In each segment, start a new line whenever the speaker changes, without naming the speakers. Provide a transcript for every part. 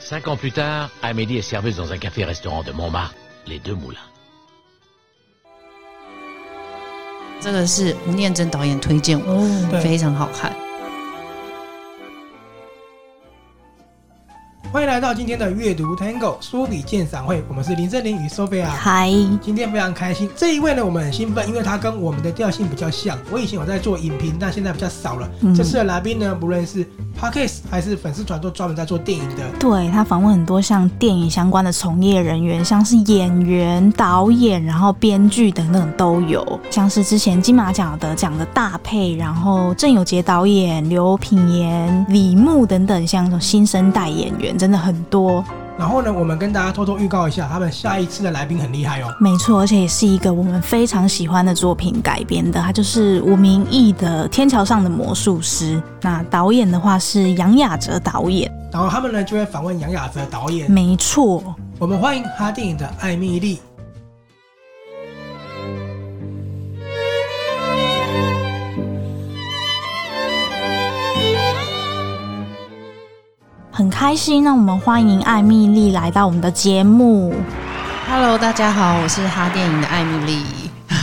Cinq ans plus tard, Amélie est serveuse dans un café-restaurant de Montmartre, les deux moulins.
这个是吴念真导演推荐我，
对
非常好看。
欢迎来到今天的阅读 Tango 说笔鉴赏会，我们是林正林与 Sophia。
嗨，
今天非常开心，这一位呢，我们很兴奋，因为他跟我们的调性比较像。我以前有在做影评，但现在比较少了。
嗯
这次的来宾呢，不论是 Podcast 还是粉丝团，都专门在做电影的。
对他访问很多像电影相关的从业人员，像是演员、导演，然后编剧等等都有。像是之前金马奖得奖的大配，然后郑有杰导演、刘品言、李牧等等，像这种新生代演员真的很多。
然后呢，我们跟大家偷偷预告一下，他们下一次的来宾很厉害哦。
没错，而且也是一个我们非常喜欢的作品改编的，它就是吴明义的《天桥上的魔术师》。那导演的话是杨雅哲导演，
然后他们呢就会访问杨雅哲导演。
没错。
我们欢迎哈电影的艾米丽。
很开心，那我们欢迎艾米丽来到我们的节目，
Hello，大家好，我是哈电影的艾米丽，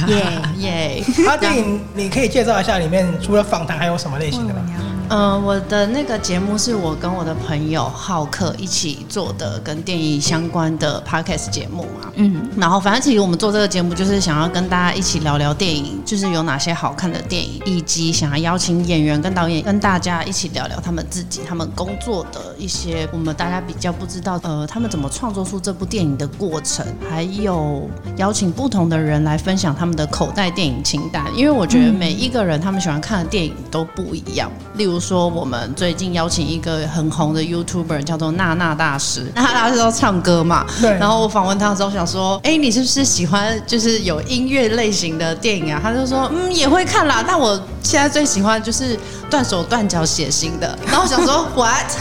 耶、
耶、
哈电影，你可以介绍一下里面除了访谈还有什么类型的吗？
呃，我的那个节目是我跟我的朋友浩克一起做的，跟电影相关的 podcast 节目嘛。
嗯，
然后，反正其实我们做这个节目就是想要跟大家一起聊聊电影，就是有哪些好看的电影，以及想要邀请演员跟导演跟大家一起聊聊他们自己、他们工作的一些我们大家比较不知道，呃，他们怎么创作出这部电影的过程，还有邀请不同的人来分享他们的口袋电影清单，因为我觉得每一个人他们喜欢看的电影都不一样。例如说，我们最近邀请一个很红的 YouTuber 叫做娜娜大师，娜娜大师都唱歌嘛，
对
然后我访问他的时候想说，哎、你是不是喜欢就是有音乐类型的电影啊？他就说，嗯，也会看啦。但我现在最喜欢就是断手断脚血腥的。然后我想说，what？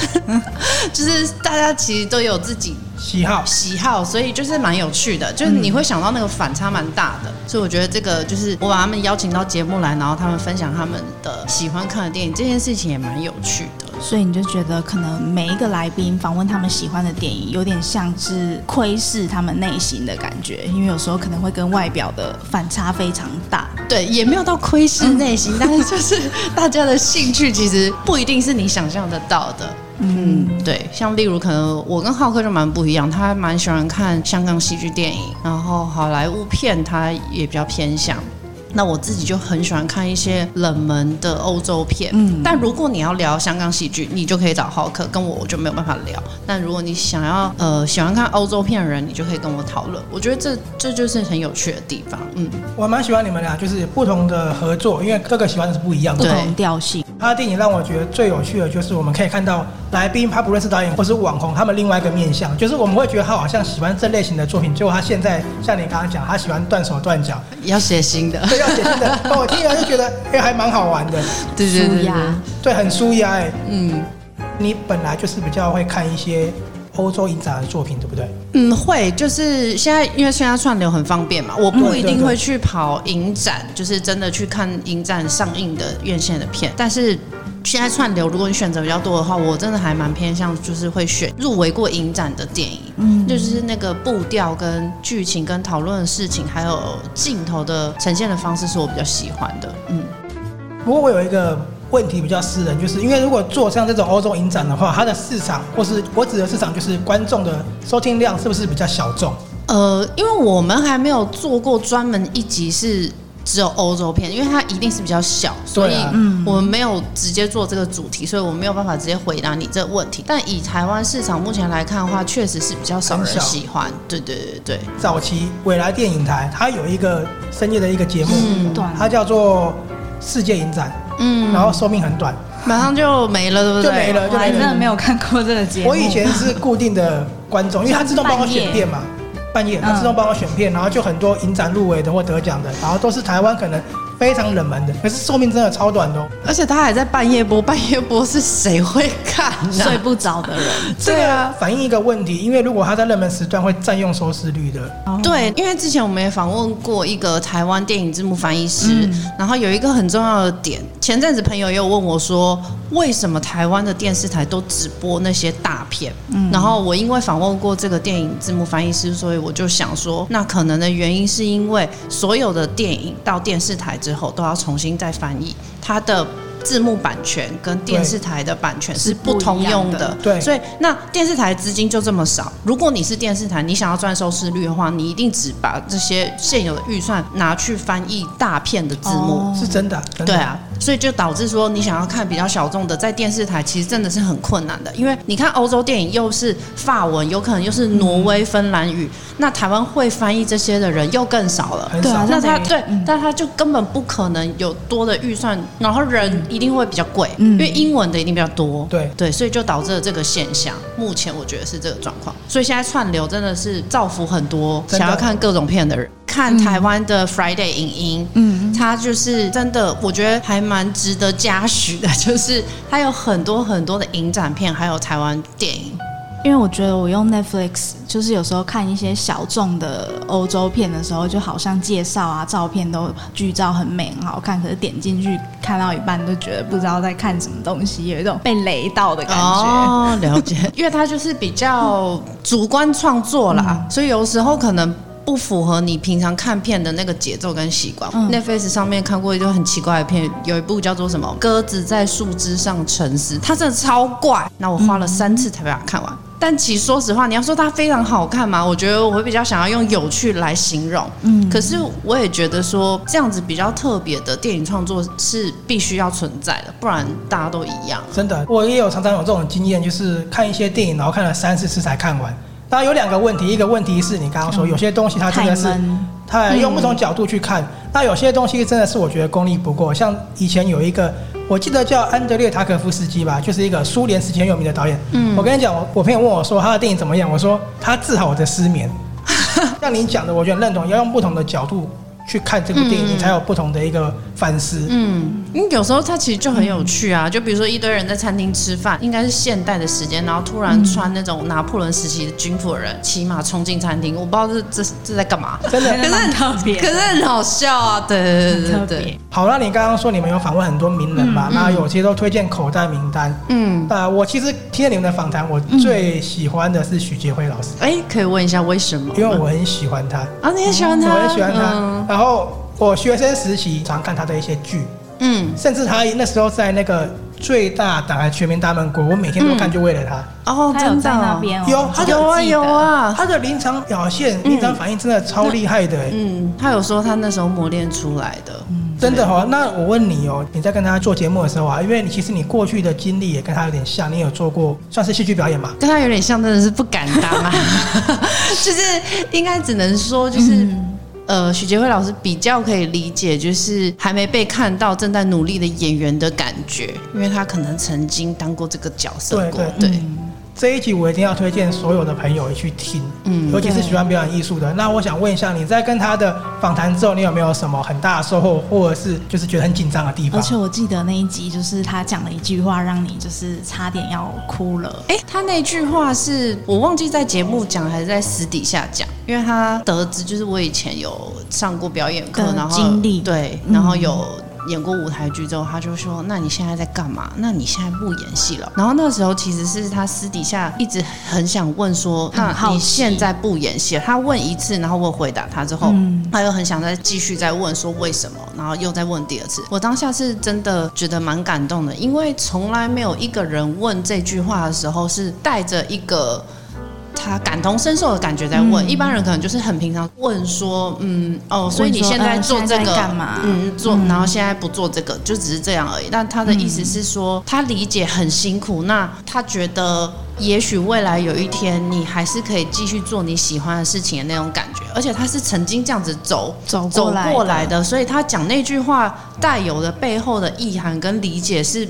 就是大家其实都有自己
喜好。
喜好，所以就是蛮有趣的，就是你会想到那个反差蛮大的。所以我觉得这个就是我把他们邀请到节目来，然后他们分享他们的喜欢看的电影，这件事情也蛮有趣的。
所以你就觉得可能每一个来宾访问他们喜欢的电影，有点像是窥视他们内心的感觉，因为有时候可能会跟外表的反差非常大。
对，也没有到窥视内 心，但是就是大家的兴趣其实不一定是你想象得到的。嗯，对，像例如可能我跟浩克就蛮不一样，他蛮喜欢看香港喜剧电影，然后好莱坞片他也比较偏向。那我自己就很喜欢看一些冷门的欧洲片，嗯，但如果你要聊香港喜剧，你就可以找浩克，跟我我就没有办法聊。但如果你想要呃喜欢看欧洲片的人，你就可以跟我讨论。我觉得这这就是很有趣的地方，嗯。
我蛮喜欢你们俩，就是不同的合作，因为各个喜欢的是不一样
不
的。
对
同调性，
他的电影让我觉得最有趣的就是我们可以看到来宾，他不论是导演或是网红，他们另外一个面向，就是我们会觉得他好像喜欢这类型的作品，结果他现在像你刚刚讲，他喜欢断手断脚，
要写新的，
对，要写真的，但我听了就觉得，哎、还蛮好玩的，
对对对
舒
对，
压，
对，很舒压哎。
嗯
你本来就是比较会看一些欧洲影展的作品，对不对？
嗯，会就是现在，因为现在串流很方便嘛，我不一
嗯对对
定
对
会去跑影展，就是真的去看影展上映的院线的片，但是。现在串流，如果你选择比较多的话，我真的还蛮偏向，就是会选入围过影展的电影，嗯，就是那个步调、跟剧情、跟讨论的事情，还有镜头的呈现的方式，是我比较喜欢的，嗯，
不过我有一个问题比较私人，就是因为如果做像这种欧洲影展的话，它的市场或是我指的市场就是观众的收听量是不是比较小众？
呃，因为我们还没有做过专门一集是只有欧洲片，因为它一定是比较小，所以
对啊
我们没有直接做这个主题，所以我没有办法直接回答你这个问题。但以台湾市场目前来看的话，确实是比较少人
很小
喜欢。对对对对，
早期未来电影台它有一个深夜的一个节目，
嗯短
它叫做世界影展，
嗯，
然后寿命很短。
马上就没了，对不对？
就没了
我还真的没有看过这个节目。
我以前是固定的观众，因为它自动帮我选片嘛，半夜它自动帮我选片，然后就很多影展入围的或得奖的，然后都是台湾可能非常冷门的，可是寿命真的超短的、哦。
而且他还在半夜播，半夜播是谁会看啊呢、
睡不着的人，
这个反映一个问题，因为如果它在热门时段会占用收视率的。
哦
对，因为之前我们也访问过一个台湾电影字幕翻译师，
嗯
然后有一个很重要的点，前阵子朋友也有问我说，为什么台湾的电视台都只播那些大片？
嗯
然后我因为访问过这个电影字幕翻译师，所以我就想说，那可能的原因是因为所有的电影到电视台之后都要重新再翻译，它的。字幕版权跟电视台的版权是
是
不
不一
通
样
用
的
的，
对
所以那电视台资金就这么少。如果你是电视台，你想要赚收视率的话，你一定只把这些现有的预算拿去翻译大片的字幕。
哦
是真的啊，真的
对啊，所以就导致说，你想要看比较小众的，在电视台其实真的是很困难的，因为你看欧洲电影又是法文，有可能又是挪威、芬兰语，那台湾会翻译这些的人又更少了。
很
对啊
少。
那他
好像没
对，
嗯
但他就根本不可能有多的预算，然后人一定会比较贵，因为英文的一定比较多。
嗯对
对，所以就导致了这个现象。目前我觉得是这个状况，所以现在串流真的是造福很多
真的
想要看各种片的人。看台湾的 Friday 影音，嗯，它就是真的，我觉得还蛮值得嘉许的， 就是它有很多很多的影展片，还有台湾电影。
因为我觉得我用 Netflix，就是有时候看一些小众的欧洲片的时候，就好像介绍啊、照片都剧照很美、很好看，可是点进去看到一半就觉得不知道在看什么东西，有一种被雷到的感觉。
哦，了解，因为它就是比较 嗯主观创作啦，所以有时候可能。不符合你平常看片的那个节奏跟习惯。
嗯
Netflix 上面看过一个很奇怪的片，有一部叫做什么《鸽子在树枝上沉思》，它真的超怪。那我花了三次才把它看完。但其实说实话，你要说它非常好看嘛，我觉得我会比较想要用有趣来形容。嗯，可是我也觉得说这样子比较特别的电影创作是必须要存在的，不然大家都一样。
真的，我也有常常有这种经验，就是看一些电影，然后看了三四次才看完。当然有两个问题，一个问题是你刚刚说、有些东西它
嗯
真
太
的是
闷，嗯
它用不同角度去看，那有些东西真的是我觉得功力不够。像以前有一个，我记得叫安德烈塔可夫斯基吧，就是一个苏联时期很有名的导演。嗯，我跟你讲，我我朋友问我说他的电影怎么样，我说他治好我的 失眠。像你讲的，我觉得很认同，要用不同的角度去看这部电
嗯
影，你才有不同的一个反思。
因嗯为有时候它其实就很有趣啊，就比如说一堆人在餐厅吃饭，应该是现代的时间，然后突然穿那种拿破仑时期的军服的人骑马冲进餐厅，我不知道这这这在干嘛，
真的
可是很特别
可是很好笑啊，对对对对
特
对
别，。
好，那你刚刚说你们有访问很多名人嘛？那有些都推荐口袋名单。
嗯，
那我其实听了你们的访谈，我最喜欢的是许杰辉老师，
哎，可以问一下为什么吗？
因为我很喜欢他，
啊，你也喜欢
我
他，
很喜欢他
嗯。
然后我学生时期常看他的一些剧，
嗯，
甚至他那时候在那个最大党还全民大闷锅，我每天都看，就为了他。
哦，
他有
真
在
的
那
哦
边哦，
有他
我记得
有啊有，啊，
他的临场表现、临场反应真的超厉害的、欸，
嗯，他有说他那时候磨练出来的，
真的哦。那我问你哦，你在跟他做节目的时候啊，因为你其实你过去的经历也跟他有点像，你有做过算是戏剧表演嘛？
跟啊他有点像，真的是不敢当啊， 就是应该只能说就是。
嗯
呃，许杰辉老师比较可以理解，就是还没被看到、正在努力的演员的感觉，因为他可能曾经当过这个角色
对
过。
对这一集我一定要推荐所有的朋友去听，
嗯
尤其是喜欢表演艺术的。那我想问一下，你在跟他的访谈之后，你有没有什么很大的收获，或者是就是觉得很紧张的地
而
方？
且我记得那一集就是他讲了一句话，让你就是差点要哭了。
哎、他那句话是我忘记在节目讲还是在私底下讲，因为他得知就是我以前有上过表演课，
的
然后
经历
对，
嗯
然后有。演过舞台剧之后，他就说：“那你现在在干嘛？那你现在不演戏了？”然后那时候其实是他私底下一直很想问说：“
很
那
好
你
奇
现在不演戏了？”他问一次，然后我回答他之后，他又很想再继续再问说为什么，然后又再问第二次。我当下是真的觉得蛮感动的，因为从来没有一个人问这句话的时候是带着一个。他感同身受的感觉在问，一般人可能就是很平常问说，嗯，哦，所以
嗯
你
问说
现在
呃
做
现
这
在
个
在干嘛
嗯，做，然后现在不做这个，就只是这样而已。但他的意思是说，他理解很辛苦，那他觉得也许未来有一天你还是可以继续做你喜欢的事情的那种感觉，而且他是曾经这样子走
走
走
过来的
过来的，所以他讲那句话带有的背后的意涵跟理解是。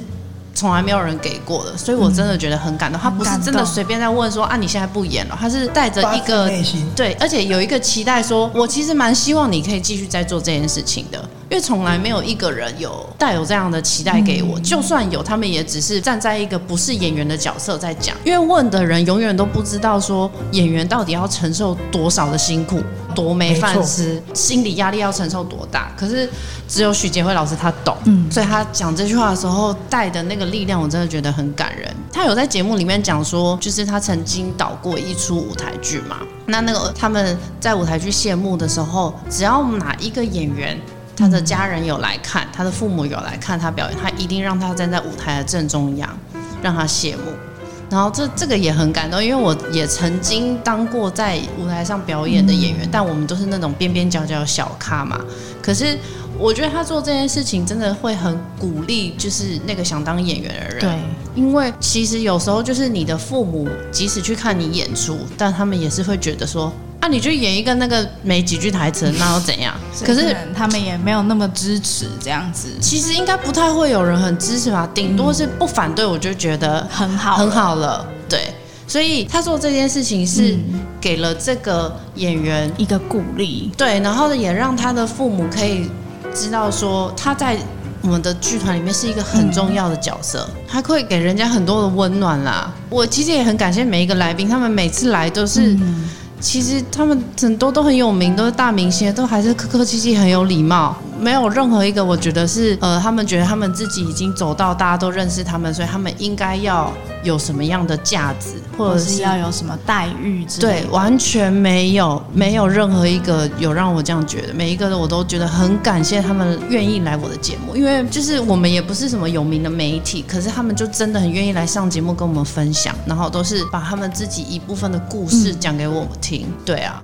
从来没有人给过的，所以我真的觉得很感动。他不是真的随便在问说啊，你现在不演了，他是带着
发
一
自
个
内心，
对，而且有一个期待说，我其实蛮希望你可以继续在做这件事情的，因因为从来没有一个人有带有这样的期待给我，就算有，他们也只是站在一个不是演员的角色在讲，因为问的人永远都不知道说演员到底要承受多少的辛苦，多没饭吃，心理压力要承受多大。可是只有许杰辉老师他懂，
嗯
所以他讲这句话的时候带的那个力量，我真的觉得很感人。他有在节目里面讲说，就是他曾经导过一出舞台剧嘛，那那个他们在舞台剧谢幕的时候，只要哪一个演员。他的家人有来看，他的父母有来看他表演，他一定让他站在舞台的正中央，让他谢幕。然后这这个也很感动，因为我也曾经当过在舞台上表演的演员，但我们都是那种边边角角小咖嘛。可是我觉得他做这件事情真的会很鼓励，就是那个想当演员的人。
对，
因为其实有时候就是你的父母，即使去看你演出，但他们也是会觉得说，啊，你去演一个那个没几句台词，那又怎样？可是
能他们也没有那么支持这样子，
其实应该不太会有人很支持吧，顶多是不反对，我就觉得
很好，
很。好了。对，所以他做这件事情是给了这个演员
一个鼓励，
对，然后也让他的父母可以知道说他在我们的剧团里面是一个很重要的角色，
嗯
他会给人家很多的温暖啦。我其实也很感谢每一个来宾，他们每次来都是。
嗯
其实他们很多都很有名，都是大明星，都还是客客气气，很有礼貌，没有任何一个我觉得是呃，他们觉得他们自己已经走到大家都认识他们，所以他们应该要有什么样的价值，或
或
者
者
是
是要有什么待遇之类
对，
的，
完全没有，没有任何一个有让我这样觉得，每一个我都觉得很感谢他们愿意来我的节目，因为就是我们也不是什么有名的媒体，可是他们就真的很愿意来上节目跟我们分享，然后都是把他们自己一部分的故
嗯
事讲给我们听，对啊。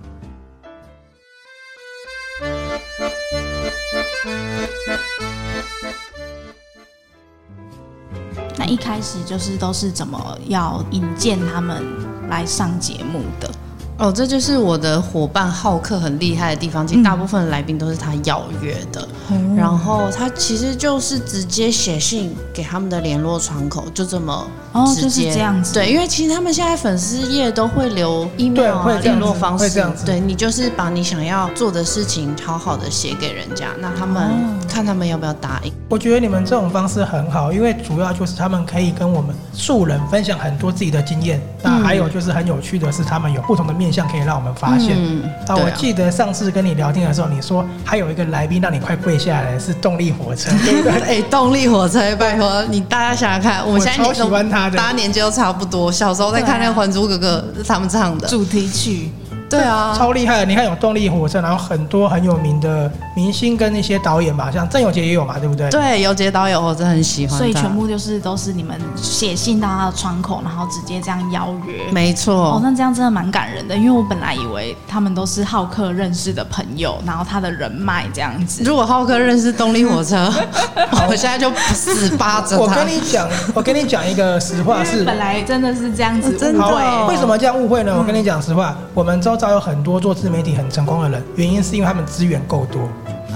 那一开始就是都是怎么要引荐他们来上节目的？
哦，这就是我的伙伴浩克很厉害的地方。其
嗯
实大部分的来宾都是他邀约的，
哦
然后他其实就是直接写信给他们的联络窗口，就这么
哦
直接、
就是这样子
对，因为其实他们现在粉丝页都会留 email
会
啊、
这样
联
子
络方
会这
式
样，子
对你就是把你想要做的事情好好的写给人家，那他们、
哦
看他们要不要答应。
我觉得你们这种方式很好，因为主要就是他们可以跟我们素人分享很多自己的经验，那还有就是很有趣的是，他们有不同的面向可以让我们发现。
嗯，
那
对
我
啊
记得上次跟你聊天的时候，你说还有一个来宾让你快跪下来是动力火 车，对不对？
哎、动力火车，拜托你大家想想看，我们
我
现在
超
年纪都
喜欢他的
大家年纪都差不多。小时候在看那个《还珠格格》，是他们唱的，
主题曲
对啊，
超厉害的！你看有动力火车，然后很多很有名的明星跟那些导演吧，像郑有杰也有嘛，对不对？
对，有杰导演我真的很喜欢他，
所以全部就是都是你们写信到他的窗口，然后直接这样邀约。
没
哦
错，，
那这样真的蛮感人的，因为我本来以为他们都是浩克认识的朋友，然后他的人脉这样子。
如果浩哥认识动力火车， 我现在就死扒着
我
他
跟。你讲，我跟你讲一个实
啊
话
因为
是，
本来真的是这样子误
哦
会，
真的
好
哦，
为什么这样误会呢？我跟你讲实话，我们周遭有很多做自媒体很成功的人，原因是因为他们资源够多。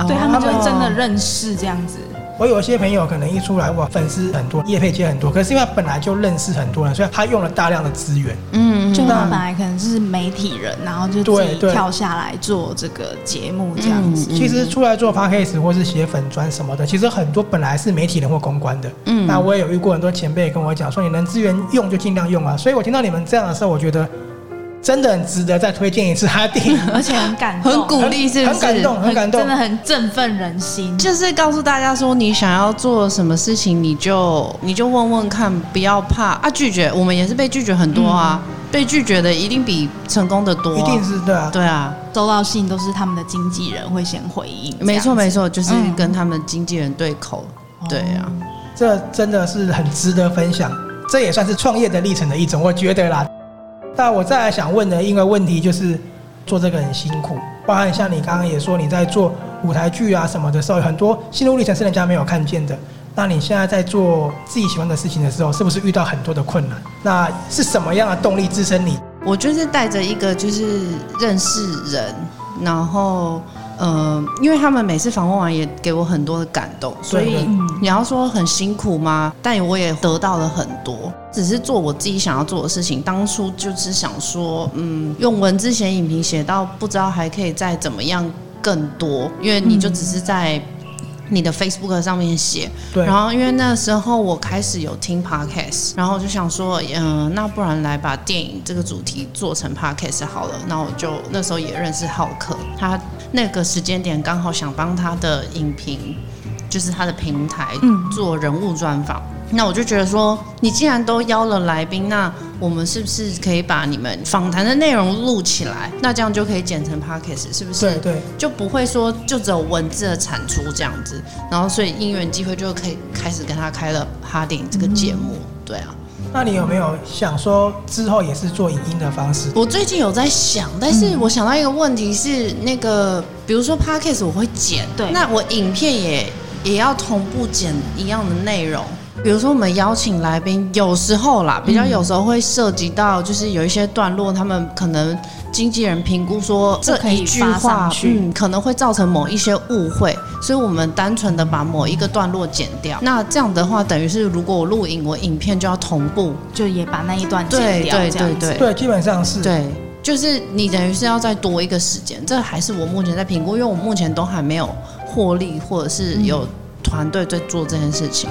对他们就
哦
是真的认识这样子。
我有些朋友可能一出来哇，粉丝很多，业配接很多，可是因为他本来就认识很多人，所以他用了大量的资源。
嗯，嗯
就他本来可能是媒体人，然后就自
对
己
对
跳下来做这个节目这样
嗯
子。
其实出来做 podcast 或是写粉砖什么的，其实很多本来是媒体人或公关的。
嗯
那我也有遇过很多前辈跟我讲说，你能资源用就尽量用啊。所以我听到你们这样的时候，我觉得真的很值得再推荐一次他 的电影，
而且很感动，
很鼓励，是不是？
很感动，很感动
真的。很振奋人心。
就是告诉大家说，你想要做什么事情，你就你就问问看，不要怕啊！拒绝，我们也是被拒绝很多啊，
嗯
被拒绝的一定比成功的多、
一定是对啊，
对啊，
收到信都是他们的经纪人会先回应，这样子
没错没。错，就是
嗯
跟他们经纪人对口，对啊，
这真的是很值得分享，这也算是创业的历程的一种，我觉得啦。那我再来想问的一个问题就是，做这个很辛苦，包含像你刚刚也说你在做舞台剧啊什么的时候，很多心路历程是人家没有看见的。那你现在在做自己喜欢的事情的时候，是不是遇到很多的困难？那是什么样的动力支撑你？
我就是带着一个就是认识人，然后呃，因为他们每次访问完也给我很多的感动，所
对
以
对
你要说很辛苦吗？但我也得到了很多，只是做我自己想要做的事情。当初就是想说，嗯，用文字写影评写到不知道还可以再怎么样更多，因为你就只是在。你的 Facebook 上面写。
对
然后因为那时候我开始有听 podcast，然后我就想说，嗯、那不然来把电影这个主题做成 podcast 好了。那我就那时候也认识浩克，他那个时间点刚好想帮他的影评，就是他的平台
嗯
做人物专访。那我就觉得说，你既然都邀了来宾，那我们是不是可以把你们访谈的内容录起来？那这样就可以剪成 podcast，是不是？
对对，
就不会说就只有文字的产出这样子，然后所以因缘机会就可以开始跟他开了哈顶这个节目，对啊。
那你有没有想说之后也是做影音的方式？
我最近有在想，但
嗯
是我想到一个问题是，那个比如说 podcast 我会剪，
对
那我影片也也要同步剪一样的内容。比如说我们邀请来宾，有时候啦，
嗯
比较有时候会涉及到，就是有一些段落，他们可能经纪人评估说
不
这
可以
一句
发上
话，
去
嗯，可能会造成某一些误会，所以我们单纯的把某一个段落剪掉。那这样的话，等于是如果我录影，我影片就要同步，
就也把那一段剪掉，
对对
这样子
对对
对，基本上是。
对，就是你等于是要再多一个时间，这还是我目前在评估，因为我目前都还没有获利或者是
嗯
有团队在做这件事情。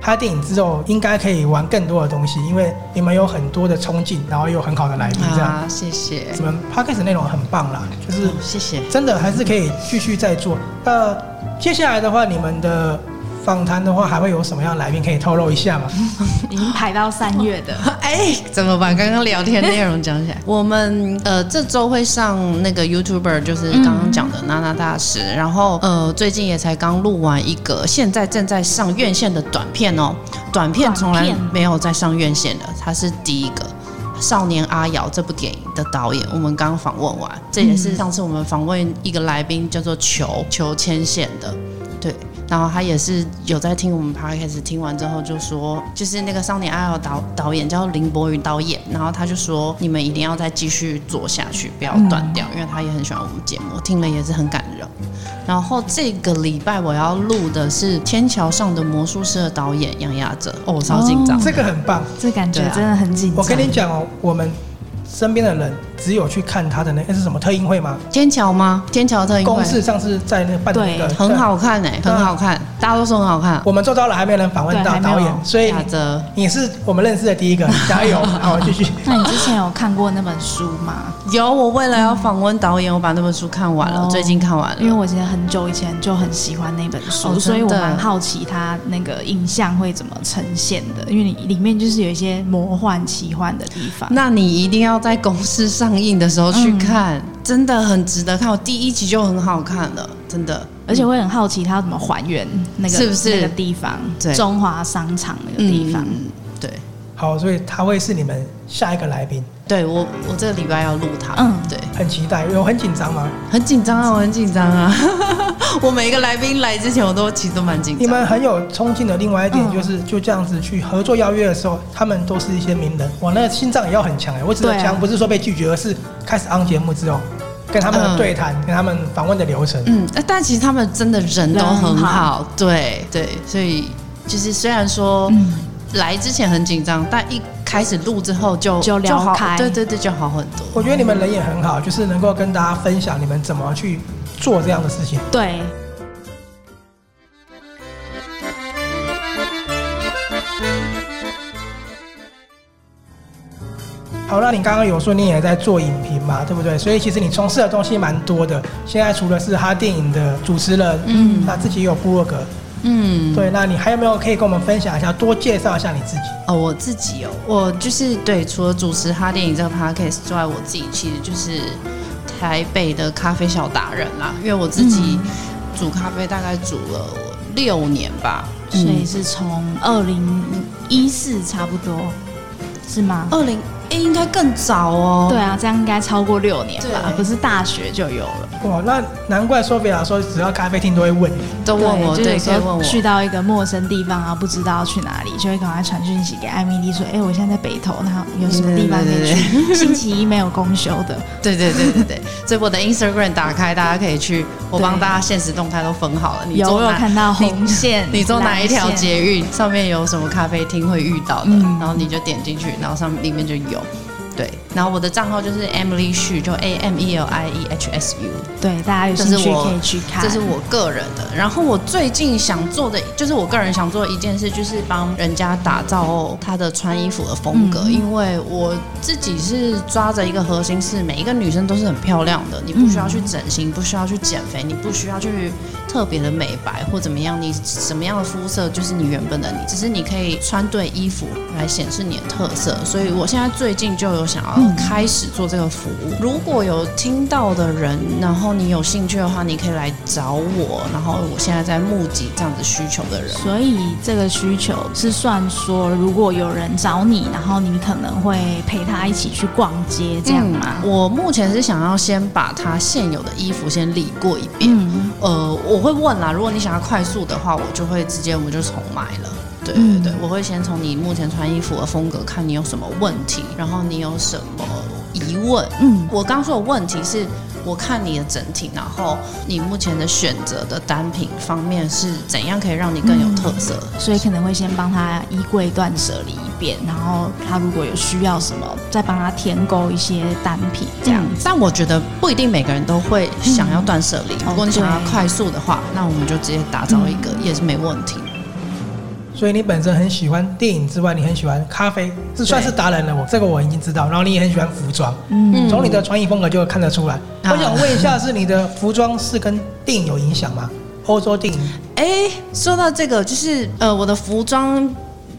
拍电影之后应该可以玩更多的东西，因为你们有很多的冲劲，然后又有很好的来宾，嗯这样。
啊，谢谢，
你们 podcast 内容很棒啦，就是
哦谢谢。
真的还是可以继续再做。那接下来的话，你们的访谈的话，还会有什么样的来宾可以透露一下吗？
已经排到三月的，
哎，怎么把刚刚聊天内容讲起来？我们呃这周会上那个 YouTuber，就是刚刚讲的娜娜大师，然后呃最近也才刚录完一个，现在正在上院线的短片哦，短片从
短
来
片
没有在上院线的，他是第一个。少年阿瑶这部电影的导演，我们刚访问完，这也是上次我们访问一个来宾叫做裘裘牵线的，对，然后他也是有在听我们 podcast，听完之后就说，就是那个少年爱好导导演叫林柏宇导演，然后他就说你们一定要再继续做下去，不要断掉，因
嗯
为他也很喜欢我们节目，听了也是很感人。然后这个礼拜我要录的是《天桥上的魔术师》的导演杨亚哲，哦，我超紧张。
这个很棒。
这感觉
对啊
真的很紧张。
我跟你讲哦，我们身边的人只有去看他的那那是什么特映会吗？
天桥吗？天桥特映会
公视上次在那办的那个
对
很。好看哎、
对啊
很好看，大家都说很好看。
我们做到了，还没有人访问
对
到
还没
导
有
演，所以
亚哲
你是我们认识的第一个，加油！好，继续。
那你之前有看过那本书吗？
有，我为了要访问导演，我把那本书看完了，
哦
最近看完了。
因为我其实很久以前就很喜欢那本
哦
书，
真的
所以我蛮好奇它那个影像会怎么呈现的，因为你里面就是有一些魔幻奇幻的地方。
那你一定要在公司上映的时候去看，真的很值得看。我第一集就很好看了，真的。
而且我也很好奇它要怎么还原那个
是不是
那个地方
对，
中华商场那个地方。
嗯对，
好，所以他会是你们下一个来宾，
对我我这个礼拜要录它，嗯
嗯，
对，
很期待，有很紧张吗？
很紧张啊，我很紧张啊。 我每一个来宾来之前，我都其实都蛮紧
你
张。
们很有冲劲的。另外一点
嗯
就是，就这样子去合作邀约的时候，他们都是一些名人，我那心脏也要很强哎。我指的
对啊
强不是说被拒绝，而是开始 on 节目之后，跟他们的对谈，
嗯
跟他们访问的流程。
嗯，呃但其实他们真的人都很
人很
好，对对，所以就是虽然说。
嗯
来之前很紧张，但一开始录之后就
就聊
好
开
对对对，就好很多。
我觉得你们人也很好，就是能够跟大家分享你们怎么去做这样的事情。
对，
好，那你刚刚有说你也在做影评嘛，对不对？所以其实你从事的东西蛮多的。现在除了是哈电影的主持人，嗯，那自己也有部落格，
嗯，
对。那你还有没有可以跟我们分享一下，多介绍一下你自己？
哦，我自己哦，我就是对，除了主持哈电影这个
嗯
podcast 之外，我自己其实就是台北的咖啡小达人啦，因为我自己煮咖啡大概煮了六年吧，嗯
所以是从二零一四差不多是吗？
二零哎应该更早哦，
对啊，这样应该超过六年吧
对？
不是大学就有了。
哇，哦那难怪索菲亚说只要咖啡厅都会问你。
都问我，
就
对，可
有
以
时
问
候
我。
去到一个陌生地方啊，不知道去哪里，就会赶快传讯息给艾米丽说：“哎、我现在在北投，然后有什么地方可以
对对
去？星期一没有公休的，
对对对对对，所以我的 Instagram 打开，大家可以去，我帮大家现实动态都分好 了。你
有
坐
我有
哪
看 到红线
哦你坐哪一条
蓝线嗯
捷运上面有什么咖啡厅会遇到的，然后你就点进去，然后上面里面就有。对，然后我的账号就是 Emily Xu，就 A M E L I E H S U。
对，大家有
这
兴
是
趣
我
可以去看。
这是我个人的。然后我最近想做的，就是我个人想做的一件事，就是帮人家打造她的穿衣服的风格。
嗯
因为我自己是抓着一个核心是，每一个女生都是很漂亮的，你不
嗯
需要去整形，不需要去减肥，你不需要去特别的美白或怎么样，你什么样的肤色就是你原本的你，只是你可以穿对衣服来显示你的特色。所以我现在最近就有想要开始做这个服务。如果有听到的人，然后你有兴趣的话，你可以来找我。然后我现在在募集这样子需求的人。
所以这个需求是算说，如果有人找你，然后你可能会陪他一起去逛街这样
嗯
吗？
我目前是想要先把他现有的衣服先理过一遍，
嗯，
呃，我会问啦，如果你想要快速的话，我就会直接我们就重买了。对对对，我会先从你目前穿衣服的风格看你有什么问题，然后你有什么疑问。
嗯，
我刚说的问题是。我看你的整体，然后你目前的选择的单品方面是怎样可以让你更有特色？
所以可能会先帮他衣柜断舍离一遍，然后他如果有需要什么，再帮他添购一些单品这
这
样
样。但我觉得不一定每个人都会想要断舍离。
嗯
如果你想要
哦对
快速的话，那我们就直接打造一个、也是没问题。
所以你本身很喜欢电影之外，你很喜欢咖啡，这算是达人了。我这个我已经知道。然后你也很喜欢服装，
嗯
从你的穿衣风格就看得出来。
啊
我想问一下，是你的服装是跟电影有影响吗？欧洲电影
哎、说到这个，就是呃，我的服装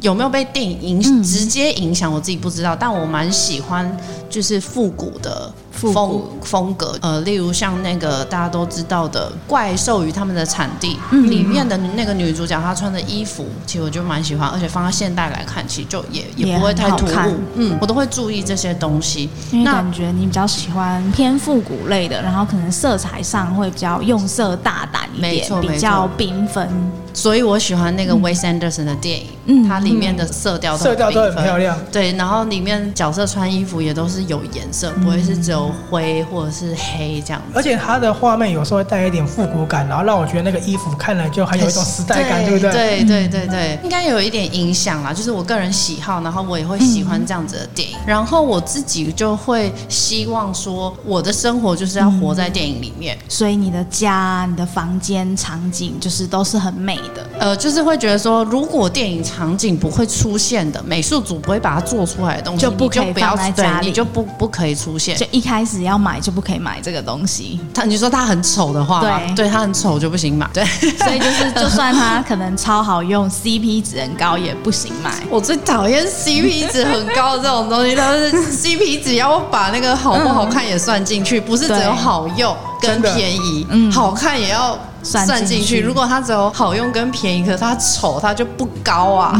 有没有被电影影、
嗯
直接影响，我自己不知道，但我蛮喜欢就是复古的
复古
风风格，呃，例如像那个大家都知道的《怪兽与他们的产地》
嗯
里面的那个女主角，她穿的衣服，其实我就蛮喜欢，而且放在现代来看，其实就也也
也
不会太
很好
突
看
兀，嗯，我都会注意这些东西。
因为
那
感觉你比较喜欢偏复古类的，然后可能色彩上会比较用色大胆一
没
点，
错
比
没
较
错
缤纷。
所以我喜欢那个 Wes Anderson 的电影，
嗯
它里面的色调都
色调都很
缤纷
漂亮。
对，然后里面角色穿衣服也都是有颜色，不会
嗯
是只有灰或者是黑这样子。
而且它的画面有时候会带一点复古感，然后让我觉得那个衣服看了就很有一种
呃
时代感，对不对？
对对对对，
嗯
应该有一点影响啦，就是我个人喜好，然后我也会喜欢这样子的电影，然后我自己就会希望说，我的生活就是要活
嗯
在电影里面，
所以你的家、你的房间场景就是都是很美的。
呃，就是会觉得说，如果电影场景不会出现的，美术组不会把它做出来的东西，
就不
你
可以
不要
放在
对
家里
你就不不可以出现
就。一开始要买就不可以买这个东 西，
他你说他很丑的话吗，
对
对他很丑就不行嘛。对
所以就是就算它可能超好用，CP 值很高也不行买。
我最讨厌 CP 值很高这种东西，但是 CP 值要把那个好不好看也算进去，不是只
对
有好用跟
真的
便宜，
嗯
好看也要
算
算
进
进
去
去。如果它只有好用跟便宜，可是它丑，它就不高啊。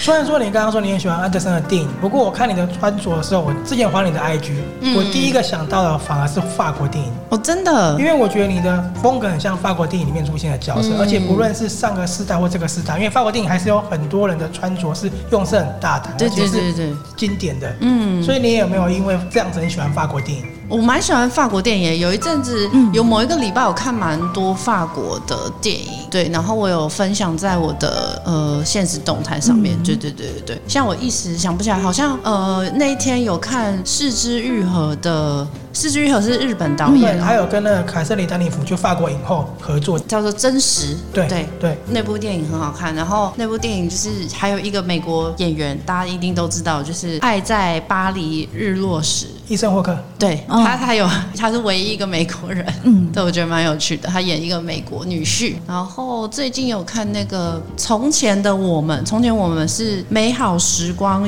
虽然说你刚刚说你很喜欢安德森的电影，不过我看你的穿着的时候，我之前滑你
嗯
的 IG，、我第一个想到的反而是法国电影，
我真的
因为我觉得你的风格很像法国电影里面出现的角
嗯
色，而且不论是上个世代或这个世代，因为法国电影还是有很多人的穿着是用色很大胆，
对对
而且
对
是
对
经典的。嗯，所以你有没有因为这样子很喜欢法国电影？
我蛮喜欢法国电影，有一阵子有某一个礼拜我看蛮多法国的电影，对，然后我有分享在我的呃现实动态上面，对对对对对。像我一时想不起来，好像呃那一天有看《四之愈合》的，《四之愈合》是日本导
对，
演、
还
哦，
有跟那个凯瑟琳丹尼夫就法国影后合作，
叫做《真实》，
对
对。
对，
那部电影很好看，然后那部电影就是还有一个美国演员，大家一定都知道，就是《爱在巴黎日落时》。
医生霍克，
对、
哦
他，他有 他是唯一一个美国人，
嗯
嗯， 对我觉得蛮有趣的。他演一个美国女婿，然后最近有看那个《从前的我们》，从前我们是美好时光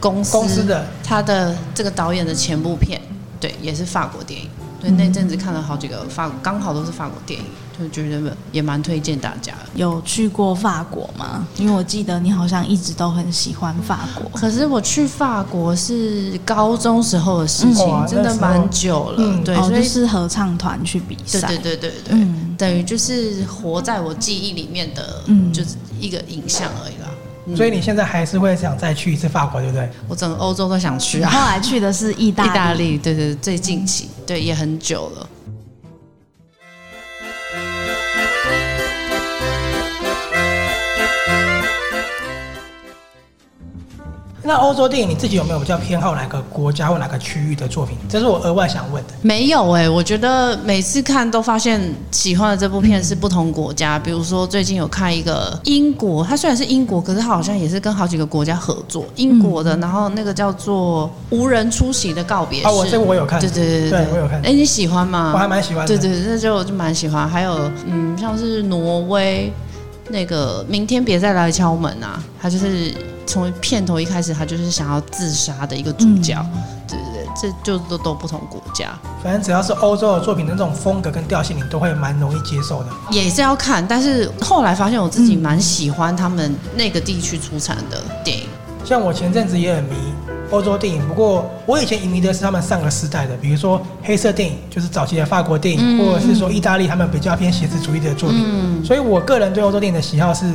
公司
公司的
他的这个导演的前部片，对，也是法国电影。对，那阵子看了好几个法国，刚好都是法国电影，就觉得也蛮推荐大家的。
有去过法国吗？因为我记得你好像一直都很喜欢法国。
可是我去法国是高中时候的事情，
嗯哇
真的蛮久了，
那时候嗯
对，
哦，
所
就
以
是合唱团去比
对
赛。
对对对对，
嗯
等于就是活在我记忆里面的，
嗯
就是一个影像而已啦。嗯
所以你现在还是会想再去一次法国，对不对？
我整个欧洲都想去
然
啊，
后来去的是意大
意
利，
大利，对对，对最近期，
嗯
对，也很久了。
那欧洲电影你自己有没有比较偏好哪个国家或哪个区域的作品？这是我额外想问的。
没有哎、我觉得每次看都发现喜欢的这部片是不同国
嗯
家，比如说最近有看一个英国，它虽然是英国，可是它好像也是跟好几个国家合作，英国
嗯
的，然后那个叫做《无人出席的告别式》
啊，我这个我有看，
对对对
对我有看
哎、你喜欢吗？
我还蛮喜欢的。
嗯对对，那就我就蛮喜欢。还有，嗯，像是挪威那个“明天别再来敲门”啊，他就是从片头一开始，他就是想要自杀的一个主角。
嗯
对对对，这就都都不同国家，
反正只要是欧洲的作品的那种风格跟调性，你都会蛮容易接受的。
也是要看。但是后来发现我自己蛮喜欢他们那个地区出产的电影。
像我前阵子也很迷欧洲电影，不过我以前迷的是他们上个时代的，比如说黑色电影，就是早期的法国电
嗯
影，或者是说意大利他们比较偏写实主义的作品。所以我个人对欧洲电影的喜好是，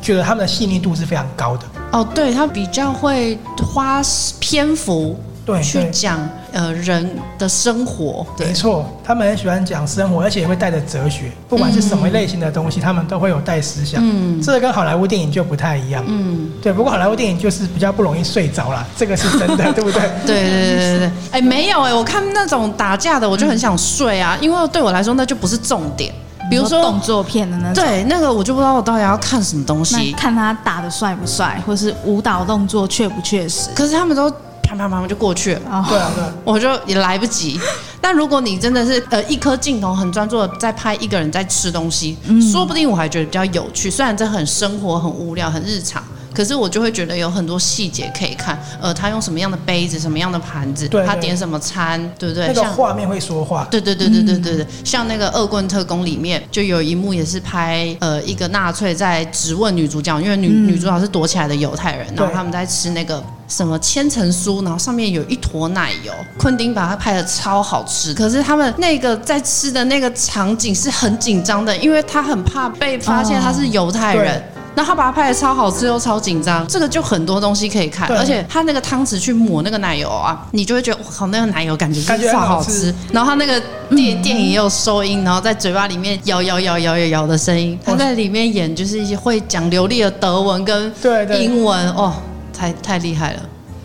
觉得他们的细腻度是非常高的。
哦，对，他比较会花篇幅
对
去
对，
讲呃人的生活。对
没，错，他们很喜欢讲生活，而且也会带着哲学，不管是什么类型的东西，他们都会有带思想。
嗯
这个跟好莱坞电影就不太一样。
嗯。
对，不过好莱坞电影就是比较不容易睡 着啦，这个是真的，对不对？
对对对对对，哎、没有哎、我看那种打架的，我就很想睡啊，因为对我来说那就不是重点。比如说
动，作片的那种，
对那个我就不知道我到底要看什么东
那
西，
看他打的帅不帅，或是舞蹈动作确不确实。
可是他们都啪啪啪就过去了。
哦，
对啊，对啊。
我就也来不及。但如果你真的是呃一颗镜头很专注的在拍一个人在吃东西，说不定我还觉得比较有趣。虽然这很生活、很无聊、很日常，可是我就会觉得有很多细节可以看。呃，他用什么样的杯子、什么样的盘子，
对
他
对
点什么餐，对不对？
那个
像
画面会说话，
对对对对对对对，像那个《恶棍特工》里面就有一幕也是拍呃一个纳粹在质问女主角，因为女、女主角是躲起来的犹太人，然后
嗯对
他们在吃那个什么千层酥，然后上面有一坨奶油，昆汀把它拍的超好吃，可是他们那个在吃的那个场景是很紧张的，因为他很怕被发现他是犹太人。
对
然后他把它拍的超好吃又超紧张，这个就很多东西可以看，
对
而且他那个汤匙去抹那个奶油啊，你就会觉得哇靠，那个奶油感觉
感觉
超
很好
好
吃
吃，然后他那个电电影也有收音，然后在嘴巴里面摇摇摇摇摇摇的声音，他在里面演就是一些会讲流利的德文跟
对对
英文哦，太太厉害了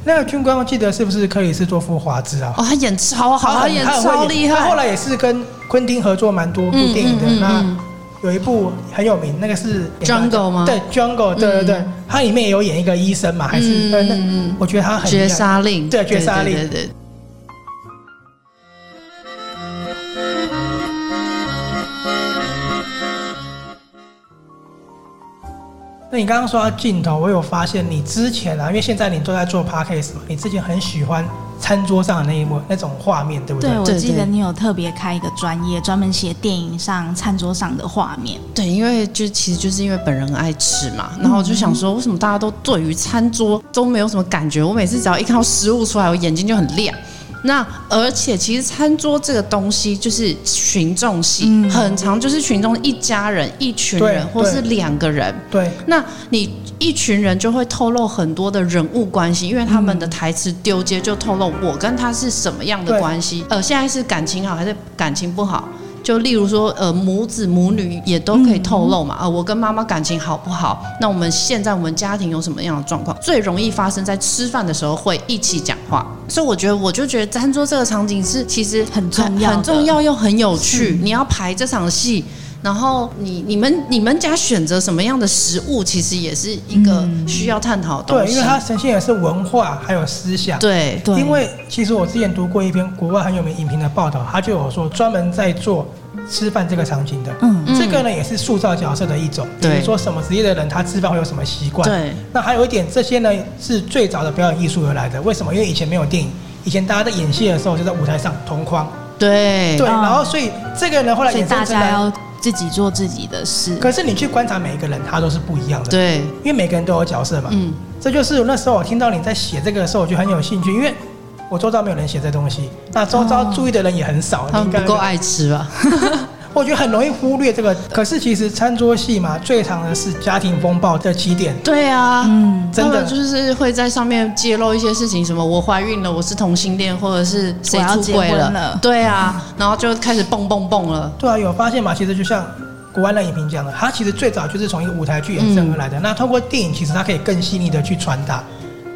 那个军官我记得是不是克里斯多夫华兹啊？
哦，他演超好，他
很
演
很会
超厉
他后
害，
来也是跟昆汀合作蛮多部电影的。
嗯嗯嗯嗯
那有一部很有名，那个是
Jungle 吗
对，Jungle，对对对，他里面也有演一个医生嘛，还是呃
嗯
对那
嗯嗯
我觉得他很厉
绝
害
杀令，
对绝杀令
对对对对
那你刚刚说到镜头，我有发现你之前啊，因为现在你都在做 podcast 嘛，你之前很喜欢餐桌上的那一幕那种画面，对不对？
对，我
对
记
对
得你有特别开一个专业，专门写电影上餐桌上的画面。
对，因为就其实就是因为本人爱吃嘛，
嗯
然后我就想说，为什么大家都对于餐桌都没有什么感觉？我每次只要一看到食物出来，我眼睛就很亮。那而且其实餐桌这个东西就是群众戏，很常就是群众一家人、一群人
嗯对
或是
对
两个人，
对
那你一群人就会透露很多的人物关系，因为他们的台词丢接就透露我跟他是什么样的
对
关系，呃，现在是感情好还是感情不好？就例如说，呃，母子母女也都可以透露
嗯
嘛，啊、我跟妈妈感情好不好？那我们现在我们家庭有什么样的状况？最容易发生在吃饭的时候会一起讲话，所以我觉得，我就觉得餐桌这个场景是其实
很重要的
很重要又很有趣。你要排这场戏，然后你你们你们家选择什么样的食物，其实也是一个需要探讨的东
对，
西。
因为它呈现的是文化还有思想。
对
对，
因为其实我之前读过一篇国外很有名影评的报道，他就有说专门在做吃饭这个场景的。
嗯，
嗯
这个呢也是塑造角色的一种，比
对
如说什么职业的人他吃饭会有什么习惯。
对
那还有一点，这些呢是最早的表演艺术而来的。为什么？因为以前没有电影，以前大家在演戏的时候就在舞台上同框。
对
对，
嗯
然后所以这个呢后来
所以
衍生
大
出
家
来。
要自己做自己的事。
可是你去观察每一个人，他都是不一样的。
对
因为每个人都有角色嘛。
嗯，
这就是那时候我听到你在写这个的时候，我就很有兴趣，因为我周遭没有人写这东西，那周遭注意的人也很少，
他
你
们
应该
不够，爱吃吧？
我觉得很容易忽略这个。可是其实餐桌戏嘛，最常的是家庭风暴的起点，
对啊，
嗯，
真
他
的
们就是会在上面揭露一些事情，什么我怀孕了，我是同性恋，或者是谁
我要
出
结
轨
婚
了，
了
对啊，然后就开始蹦蹦蹦了。
对啊，有发现嘛？其实就像国外那影评讲的，
嗯
它其实最早就是从一个舞台剧衍生而来的。那透过电影，其实它可以更细腻的去传达。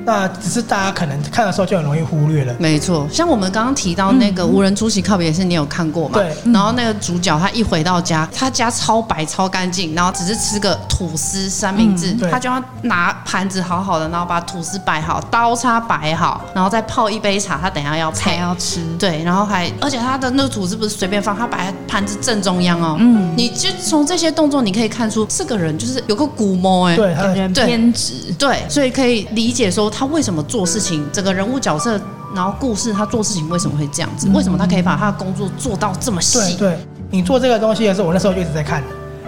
那只是大家可能看的时候就很容易忽略了。
没错，像我们刚刚提到那个无人出席靠北也是你有看过嘛？
嗯对。
嗯
然后那个主角他一回到家，他家超白超干净，然后只是吃个吐司三明治，
嗯对
他就要拿盘子好好的，然后把吐司摆好，刀叉摆好，然后再泡一杯茶，他等一下要
才
配。
要吃。
对，然后还而且他的那个吐司不是随便放，他摆在盘子正中央哦。嗯。你就从这些动作，你可以看出这个人就是有个古摸哎。。
对，他
感觉
对
偏执，
对，所以可以理解说他为什么做事情，整个人物角色，然后故事，他做事情为什么会这样子？为什么他可以把他的工作做到这么
对
细？
对，你做这个东西的时候，我那时候就一直在看。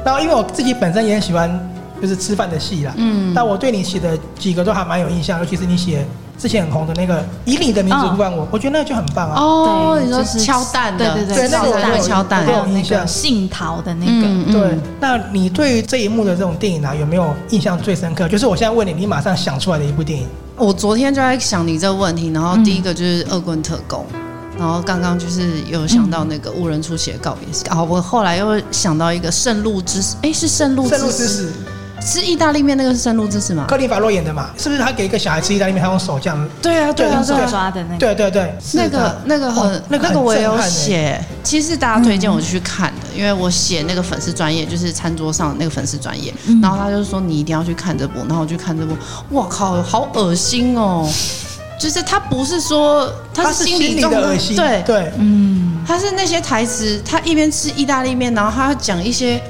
然后因为我自己本身也很喜欢就是吃饭的戏啦，嗯，但我对你写的几个都还蛮有印象，尤其是你写之前很红的那个《以你的名字呼唤我》，我觉得那个就很棒啊。
哦，
对
你说
就是
敲蛋的，
对对
对那个我
会敲蛋
我
还
有
有那
印象
个杏桃的那个，
嗯，嗯
对，，那你对于这一幕的这种电影啊，有没有印象最深刻？就是我现在问你，你马上想出来的一部电影。
我昨天就在想你这个问题，然后第一个就是《恶棍特工》。然后刚刚就是有想到那个无人出血的告别式，啊，我后来又想到一个《圣路之死》，哎，是《圣路
《圣路之
死
死》，》
是意大利面那个是《圣路之死》吗？
克林法洛演的嘛，是不是他给一个小孩吃意大利面，他用手这样？
对啊，对啊，对啊
手，抓的那个，
对对对，是
那
他
个那个
哇
很
那
哦
个
那个我也有
很震撼欸
写，其实大家推荐我去看的，因为我写那个粉丝专业，就是餐桌上的那个粉丝专业，然后他就说你一定要去看这部，然后我去看这部，我靠，好恶心哦！就是他不是说他
他
是
是
心
心
理
里
中
的恶心，
对，嗯
对，
他是那些台词，他一边吃意大利面，然后他讲一些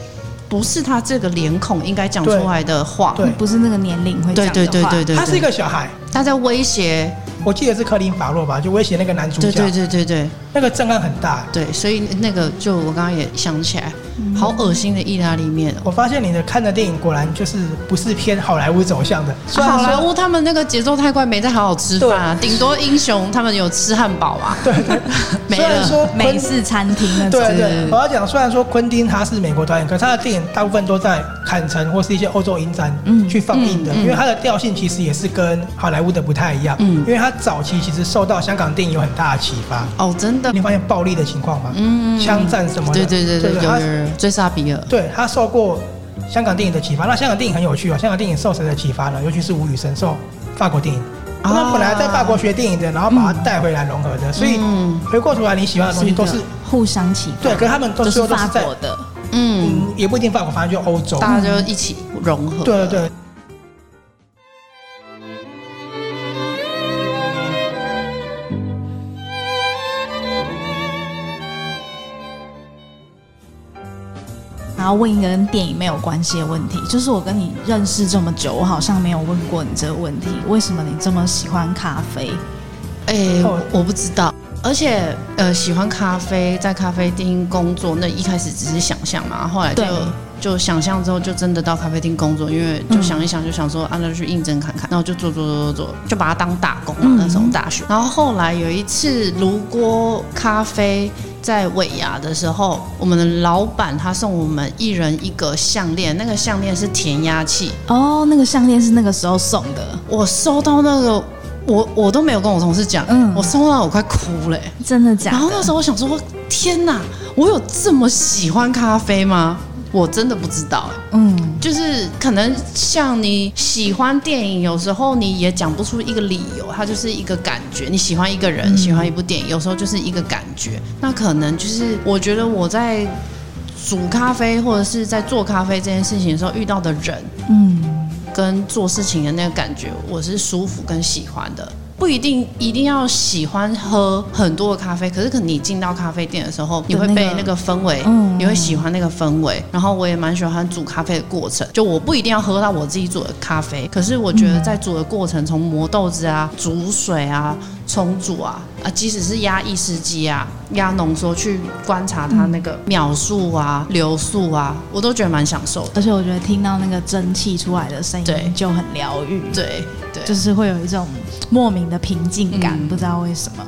不是他这个脸孔应该讲出
对
来的话，
对
不是那个年龄会
对
讲
对对
的话，
对对，
他是一
对
个小孩，
他在威胁，
我记得是克林法洛吧，就威胁那个男主角，
对对对对对。
那个震撼很大。
对，所以那个就我刚刚也想起来，
嗯
好恶心的意大利面哦。
我发现你的看的电影果然就是不是偏好莱坞走向的，虽然
啊好莱
说
坞他们那个节奏太快，没在好好吃饭 啊，顶多英雄他们有吃汉堡啊，对， 没
虽然
了。
说
美
昆
式餐厅那种，
对对，我要讲，虽然说昆汀他是美国导演，可是他的电影大部分都在坎城或是一些欧洲影展去放映的，
嗯嗯
因为他的调性其实也是跟好莱坞的不太一样，
嗯
因为他早期其实受到香港电影有很大的启发。
哦，真的
你，发现暴力的情况吗？
嗯
枪战什么的，
对对对对，有
他
有有追杀比尔，
对他受过香港电影的启发。那香港电影很有趣哦，香港电影受谁的启发呢？尤其是吴宇森受法国电影。
啊
那本来在法国学电影的，然后把它带回来融合的，所以
嗯
回过头来，你喜欢的东西都是
是的互相启发，
对，可是他们都
都
是
是
都是
法
在
国的，
嗯，
嗯，也不一定法国，反正就欧洲。
大家就一起融合，
对对对，
然后问一个跟电影没有关系的问题，就是我跟你认识这么久，我好像没有问过你这个问题，为什么你这么喜欢咖啡？
哎、
哦
我我不知道。而且，呃，喜欢咖啡，在咖啡厅工作，那一开始只是想象嘛，后来就
对
就想象之后，就真的到咖啡厅工作，因为就想一想，就想说，啊，那就去应征看看，然后就做做做做做，就把它当打工嘛。那时候大学，然后后来有一次卢锅咖啡在尾牙的时候，我们的老板他送我们一人一个项链，那个项链是填压器，
哦，那个项链是那个时候送的，
我收到那个，我我都没有跟我同事讲，
嗯
我收到我快哭了、欸
真的假的？
然后那时候我想说，天哪，我有这么喜欢咖啡吗？我真的不知道、欸
嗯，
就是可能像你喜欢电影，有时候你也讲不出一个理由，它就是一个感觉。你喜欢一个人，
嗯
喜欢一部电影，有时候就是一个感觉。那可能就是我觉得我在煮咖啡或者是在做咖啡这件事情的时候遇到的人，
嗯，
跟做事情的那个感觉，我是舒服跟喜欢的。不一定一定要喜欢喝很多的咖啡，可是可能你进到咖啡店的时候，你会
那个
被那个氛围，
嗯
你会喜欢那个氛围。然后我也蛮喜欢煮咖啡的过程，就我不一定要喝到我自己煮的咖啡，可是我觉得在煮的过程，从磨豆子啊、煮水啊、重组啊，啊，即使是压意式机啊、压浓缩去观察它那
嗯
个秒数啊、流速啊，我都觉得蛮享受的。
而且我觉得听到那个蒸汽出来的声
对
音就很疗愈，，
对对，
就是会有一种莫名的平静感，
嗯
不知道为什么。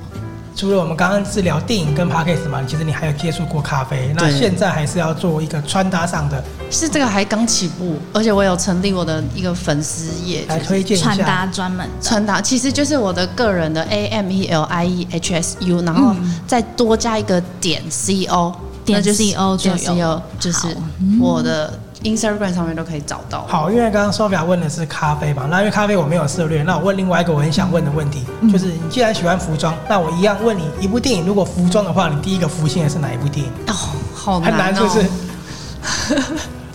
除了我们刚刚是聊电影跟 podcast 嘛，其实你还有接触过咖啡。那
对
现在还是要做一个穿搭上的，
是这个还刚起步，而且我有成立我的一个粉丝页，
来推荐一
穿
下。
搭专门的，
传达其实就是我的个人的 A M E L I E H S U，然后再多加一个点 C E O，
点
那就是
CO 就
点
有
C O 就是
好
我的 Instagram 上面都可以找到。
好，因为刚刚 Sophia 问的是咖啡嘛，那因为咖啡我没有涉猎，那我问另外一个我很想问的问题，
嗯
就是你既然喜欢服装，那我一样问你，一部电影如果服装的话，你第一个浮现的是哪一部电影？
哦，好
很难
难
是
哦
不。是？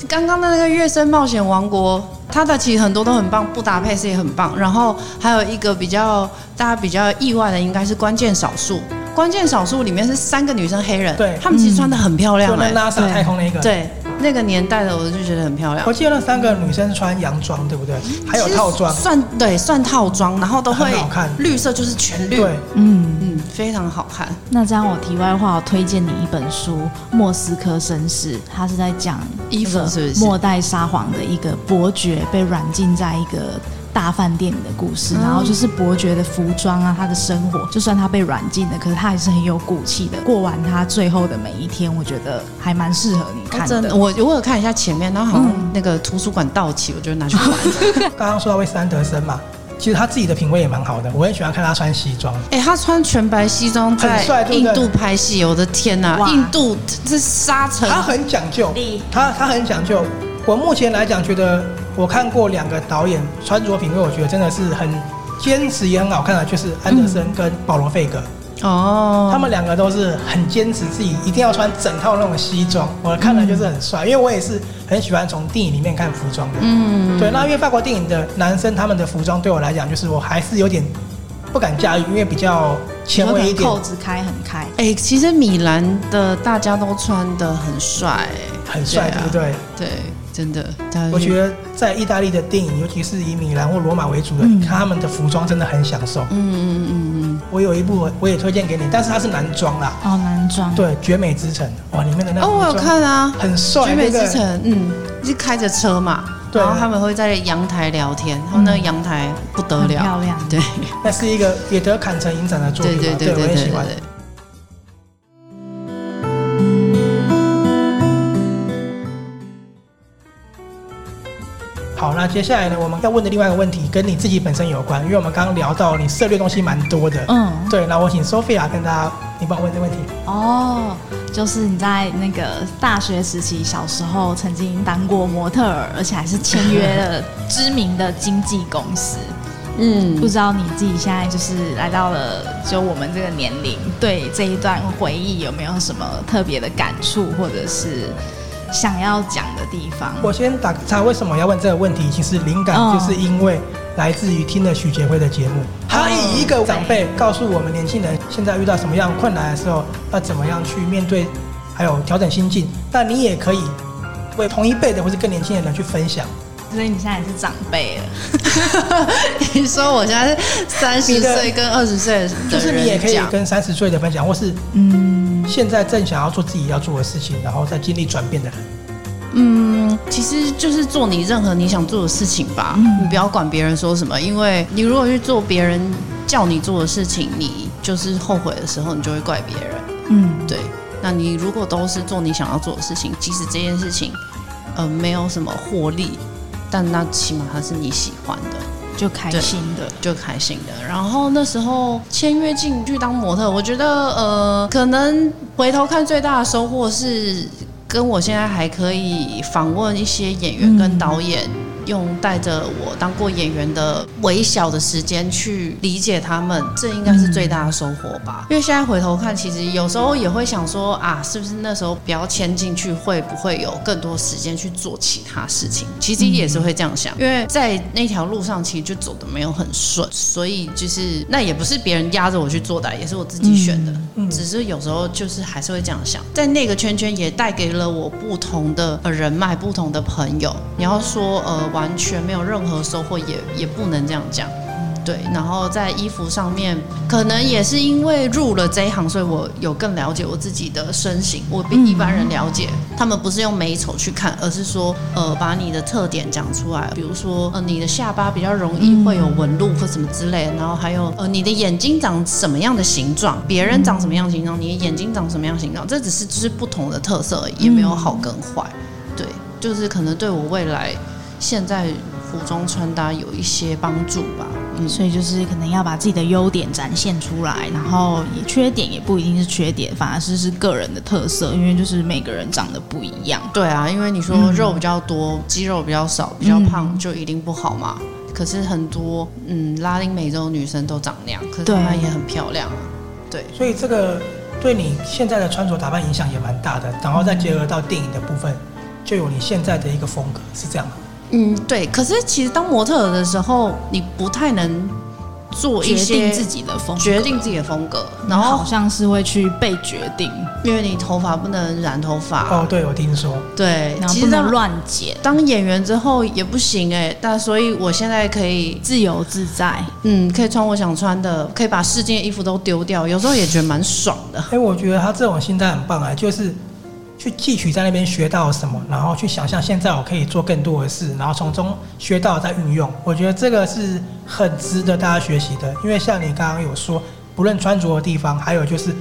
刚刚的那个《月升冒险王国》，它的其实很多都很棒，布达佩斯也很棒。然后还有一个比较大家比较意外的，应该是《关键少数》。《关键少数》里面是三个女生黑人，
对嗯
她们其实穿的很漂亮
就那
哎、
NASA 太空那个。。
对，那个年代的我就觉得很漂亮
我。记得那三个女生穿洋装，对不对？还有套装
其，实算对算套装，然后都会
很好看
绿色就是全绿，
对，
嗯，
嗯，非常好看。
那这样我题外话，我推荐你一本书《莫斯科绅士》，他是在讲
衣服
那个
是不是
末代沙皇的一个伯爵被软禁在一个。大饭店里的故事，
嗯
然后就是伯爵的服装啊，他的生活，就算他被软禁了，可是他还是很有骨气的，过完他最后的每一天，我觉得还蛮适合你看
哦真
的。
的，我我有看一下前面，然后好
嗯
像那个图书馆到期，我就拿去玩。
刚刚说到魏斯安德森嘛，其实他自己的品味也蛮好的，我很喜欢看他穿西装。
哎、他穿全白西装在
很帅对
印
不对
度拍戏，我的天呐、
哇
印度这沙尘，
他很讲究，他他很讲究。我目前来讲，觉得我看过两个导演穿着品味，我觉得真的是很坚持也很好看的，就是安德森跟保罗·费格，
哦，
他们两个都是很坚持自己一定要穿整套那种西装，我看了就是很帅，因为我也是很喜欢从电影里面看服装的。嗯，对，那因为法国电影的男生他们的服装对我来讲，就是我还是有点不敢驾驭，因为比较前卫一
有可能
点。
扣子开很开，
哎、其实米兰的大家都穿的很帅、
很帅，
对
对
啊
不对？
对，真的，大家
我觉
得
得在意大利的电影，尤其是以米兰或罗马为主的，
嗯
你看他们的服装真的很享受。嗯嗯嗯嗯。我有一部我我也推荐给你，但是它是男装啦，
哦，男装，
对，《绝美之城》哇，里面的那个
哦，我有
服装
看啊，
很
《
帅，
绝美之
对不对
城》，嗯，是开着车嘛，
对嗯
然后他们会在阳台聊天，他们那个阳台不得
很
了，
漂亮。
对
那是一个也得坎城影展的作
对
品
对
嘛，
对
我
对
很
对
喜欢。
对。
好，那接下来呢，我们要问的另外一个问题跟你自己本身有关，因为我们刚刚聊到你涉猎东西蛮多的。
哦
嗯，
对，那我请 Sophia 跟大家，你帮我问这个问题。
哦，就是你在那个大学时期，小时候曾经当过模特儿，而且还是签约了知名的经纪公司。
嗯
不知道你自己现在就是来到了就我们这个年龄，对这一段回忆有没有什么特别的感触，或者是想要讲的地方？
我先打个岔，为什么要问这个问题？其实灵感
哦
就是因为来自于听了许杰辉的节目，他以一个长辈告诉我们年轻人现在遇到什么样困难的时候，要怎么样去面对，还有调整心境。那你也可以为同一辈的或是更年轻的人去分享。
所以你现在也是长辈了，
你说我现在是三十
你的
岁跟二十岁的人讲，
就是你也可以跟三十岁的分享，或是嗯，现在正想要做自己要做的事情，然后再经历转变的人。
嗯，其实就是做你任何你想做的事情吧，你不要管别人说什么，因为你如果去做别人叫你做的事情，你就是后悔的时候，你就会怪别人。
嗯，
对，那你如果都是做你想要做的事情，即使这件事情呃没有什么获利，但那起码它是你喜欢的。
就开心的。
就开心的。然后那时候签约进去当模特，我觉得呃，可能回头看最大的收获是，跟我现在还可以访问一些演员跟导演。用带着我当过演员的微小的时间去理解他们，这应该是最大的收获吧。因为现在回头看，其实有时候也会想说啊，是不是那时候不要签进去，会不会有更多时间去做其他事情？其实也是会这样想，因为在那条路上其实就走的没有很顺，所以就是那也不是别人压着我去做的，也是我自己选的。只是有时候就是还是会这样想，在那个圈圈也带给了我不同的呃人脉、不同的朋友。你要说呃完全没有任何收获，也也不能这样讲。对，然后在衣服上面，可能也是因为入了这一行，所以我有更了解我自己的身形，我比一般人了解。他们不是用美丑去看，而是说，呃，把你的特点讲出来，比如说，呃，你的下巴比较容易会有纹路或什么之类的，然后还有，呃，你的眼睛长什么样的形状，别人长什么样的形状，你的眼睛长什么样的形状，这只是就是不同的特色而已，也没有好跟坏。对，就是可能对我未来现在服装穿搭有一些帮助吧。嗯
所以就是可能要把自己的优点展现出来，然后也缺点也不一定是缺点，反而是是个人的特色，因为就是每个人长得不一样。
对啊，因为你说
嗯
肉比较多，肌肉比较少，比较胖，就一定不好嘛。可是很多嗯拉丁美洲女生都长那样，可是她们
对
也很漂亮啊。对，
所以这个对你现在的穿着打扮影响也蛮大的，然后再结合到电影的部分，就有你现在的一个风格，是这样吗？
嗯对。可是其实当模特儿的时候，你不太能做一
决
些
定自己的风格，
决定自己的风格，
然
然
后
后
好像是会去被决定，
因为你头发不能染头发，
哦，对，我听说，
对，
然后
其
不
实
能
当
乱剪，
当演员之后也不行哎、但所以我现在可以
自由自在。
嗯，可以穿我想穿的，可以把世间的衣服都丢掉，有时候也觉得蛮爽的。
哎，我觉得他这种心态很棒啊，就是去汲取在那边学到什么，然后去想象现在我可以做更多的事，然后从中学到再运用。我觉得这个是很值得大家学习的，因为像你刚刚有说，不论穿着的地方，还有就是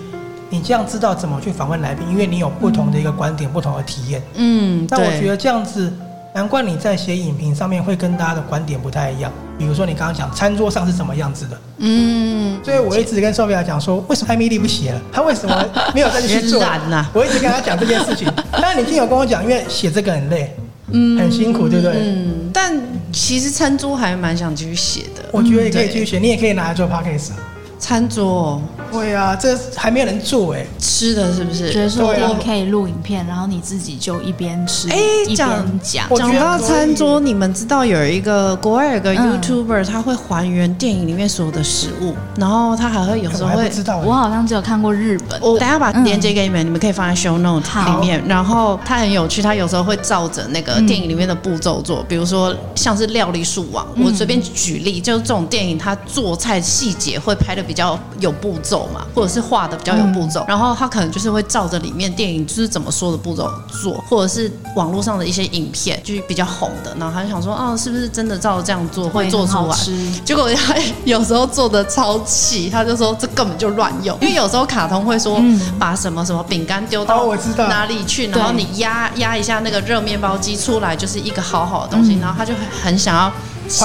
你这样知道怎么去访问来宾，因为你有不同的一个观点、不同的体验。
嗯，
但我觉
得
得这样子，难怪你在写影评上面会跟大家的观点不太一样。比如说你刚刚讲餐桌上是什么样子的，
嗯，
所以我一直跟 s o p 讲说，为什么艾 米丽不写了？她为什么没有再继续做？
人懒 呐
我一直跟她讲这件 事情，但你听有跟我讲，因为写这个很累，嗯，很辛苦，对不对？
嗯，但其实餐桌还蛮想继续写的。
我觉得也可以继续写，你也可以拿来做 podcast 啊。
餐桌哦
嗯对啊，这还没有人做哎、
吃的是不是？
觉得说
对啊
我可以录影片，然后你自己就一边吃、
哎
一边
讲
讲。
我觉得
讲到
可以
餐桌，你们知道有一个国外有个
嗯
YouTuber，、他会还原电影里面所有的食物，然后他还会有时
我
候
还不
会
知道、
我
欸。
好像只有看过日本的，
我等一下把链接给你们，你们可以放在 show note
嗯好嗯
里面。然后它很有趣，它有时候会照着那个电影里面的步骤做，比如说像是料理鼠王，
嗯
我随便举例，就是这种电影它做菜细节会拍的比较有步骤嘛，或者是画的比较有步
嗯
骤。然后它可能就是会照着里面电影就是怎么说的步骤做，或者是网络上的一些影片就是比较红的，然后他就想说，哦，是不是真的照着这样做会做
很
出
好
来？
吃。
结果他有时候做的超气，他就说这根本就乱用，因为有时候卡通会说把什么什么饼干丢
哦
到
我知道
哪里去，
对
然后你压压一下那个热面包机出来就是一个好好的东西，然后他就很想要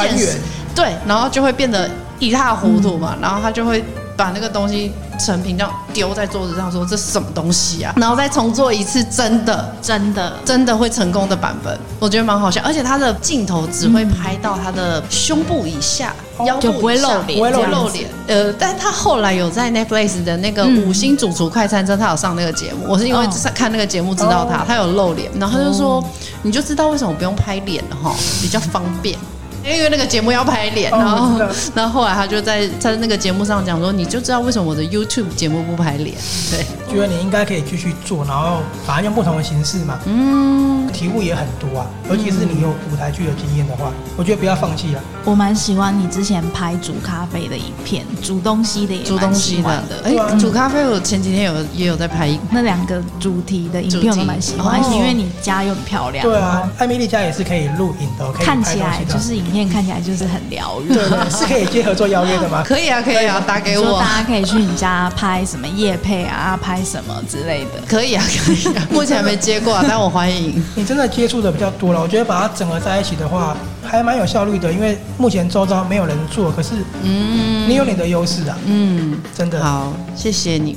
还
现实
原，
对，然后就会变得一塌糊涂嘛，然后他就会把那个东西成品这样丢在桌子上说这是什么东西啊，然后再重做一次真的
真的，
真的会成功的版本，我觉得蛮好笑，而且他的镜头只会拍到他的胸部以下、
哦
腰部
就不会
以下
露脸
不会
这样子
露脸。呃，但他后来有在 Netflix 的那个《五星主厨快餐车》，他有上那个节目，我是因为
嗯哦
看那个节目知道他
哦，
他有露脸，然后他就说，你就知道为什么不用拍脸了哈，比较方 便。因为那个节目要拍脸，
哦
然后
我知道，
然后后来他就在在那个节目上讲说，你就知道为什么我的 YouTube 节目不拍脸，对。
觉得你应该可以继续做，然后把它用不同的形式嘛。嗯，体悟也很多啊，尤其是你有舞台剧的经验的话，我觉得不要放弃了。啊
我蛮喜欢你之前拍煮咖啡的影片，煮东西的也
煮
蛮
东
喜
西
欢
的
的。，啊
哎、煮咖啡我前几天有也有在拍一
那两个主题的影片我都蛮喜欢
主，题
因为你家又很漂亮，
对啊，艾米丽家也是可以录影的，可以
看
拍
起
东
来
西的
就。是影片看起来就是很疗 愈。
对对，是可以接合作邀约的吗？
可以啊，可以啊，打给
说
我，
大家可以去你家拍什么夜配啊，拍什么之类的。
可以啊，可以啊，目前还没接过、啊，但我欢迎。
你真的接触的比较多了，我觉得把它整合在一起的话，还蛮有效率的。因为目前周遭没有人做，可是你有你的优势啊，
嗯，
真的。
好，谢谢你。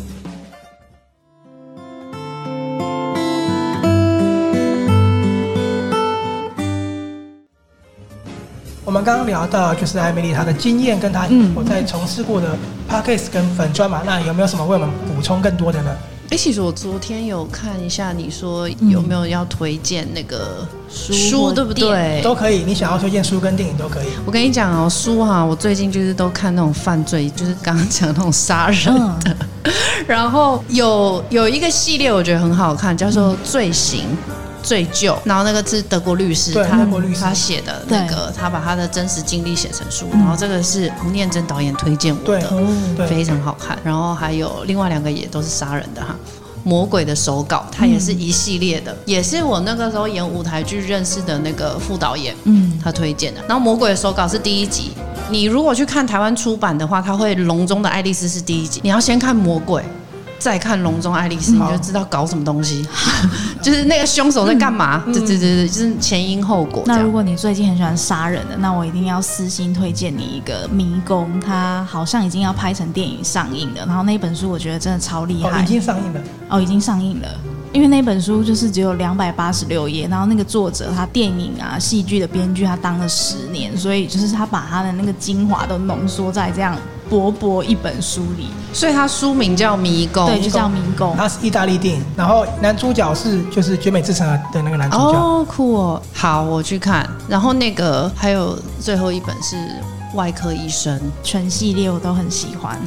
我们刚刚聊到就是艾米丽她的经验跟她我在从事过的 podcast 跟粉专嘛，那有没有什么为我们补充更多的呢？
哎、其实我昨天有看一下，你说有没有要推荐那个
书或
书，对不对？
都可以，你想要推荐书跟电影都可以。
我跟你讲哦，书哈、我最近就是都看那种犯罪，就是刚刚讲的那种杀人
嗯
嗯
的， 然后有有一个系列我觉得很好看，叫
嗯
做《罪行》。罪疚，然后那个是德国律师，
对
他
德国律师嗯
他写的那个，他把他的真实经历写成书，然后这个是洪念真导演推荐我
对哦
的，
对，
非常好看。然后还有另外两个也都是杀人的哈，《魔鬼的手稿》它也是一系列
嗯
的，也是我那个时候演舞台剧认识的那个副导演，嗯，他推荐的。然后《魔鬼的手稿》是第一集。你如果去看台湾出版的话，它会《笼中的爱丽丝》是第一集，你要先看《魔鬼》，再看《笼中爱丽丝》，你就知道搞什么东西， 就是那个凶手在干嘛。对对对对，就是前因后果这
那
样。
如果你最近很喜欢杀人的，那我一定要私心推荐你一个《迷宫》，它好像已经要拍成电影上映了。然后那本书我觉得真的超厉
哦
害
已，经上映了，
哦，已经上映了。因为那本书就是只有两百八十六页，然后那个作者他电影啊、戏剧的编剧他当了十年，所以就是他把他的那个精华都浓缩在这样薄薄一本书里，
所以它书名叫《迷宫》，
对，就叫《迷宫》。
它是意大利电影，然后男主角是就是绝美之城的那个男主角，
哦，酷哦，好，我去看。然后那个还有最后一本是外科医生，
全系列我都很喜欢，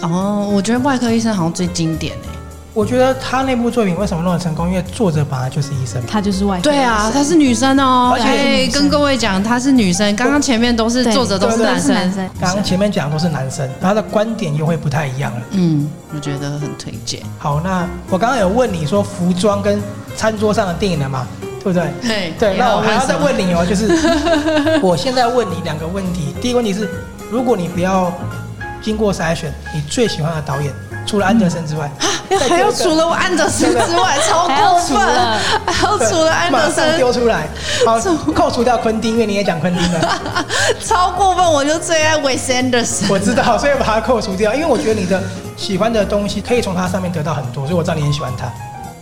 哦，我觉得外科医生好像最经典哎。
我觉得他那部作品为什么那么成功？因为作者本来就是医生。
他就是外科
对啊
医，生
她是女生哦，
而且是
哎
女，生
跟各位讲，她是女生。刚刚前面都是
对
作者都是
对
男
是男
生，
生，
刚刚前面讲都是男生，他的观点又会不太一样了。
嗯，我觉得很推荐。
好，那我刚刚有问你说服装跟餐桌上的电影了嘛，对不对？
对
对，那我还要再
什么
问 你哦，就是我现在问你两个问题。第一个问题是，如果你不要经过筛选，你最喜欢的导演除了安德森之外，
啊
再
还
丢
要
一个
除了我安德森之外，超
还要
过
除
分啊
了，
还要
对
除了安德
马上
森，
丢出来， 好，扣除掉昆汀，因为你也讲昆汀了，
超过分，我就最爱 Wes Anderson。
我知道，所以把它扣除掉，因为我觉得你的喜欢的东西可以从它上面得到很多，所以我知道你很喜欢它。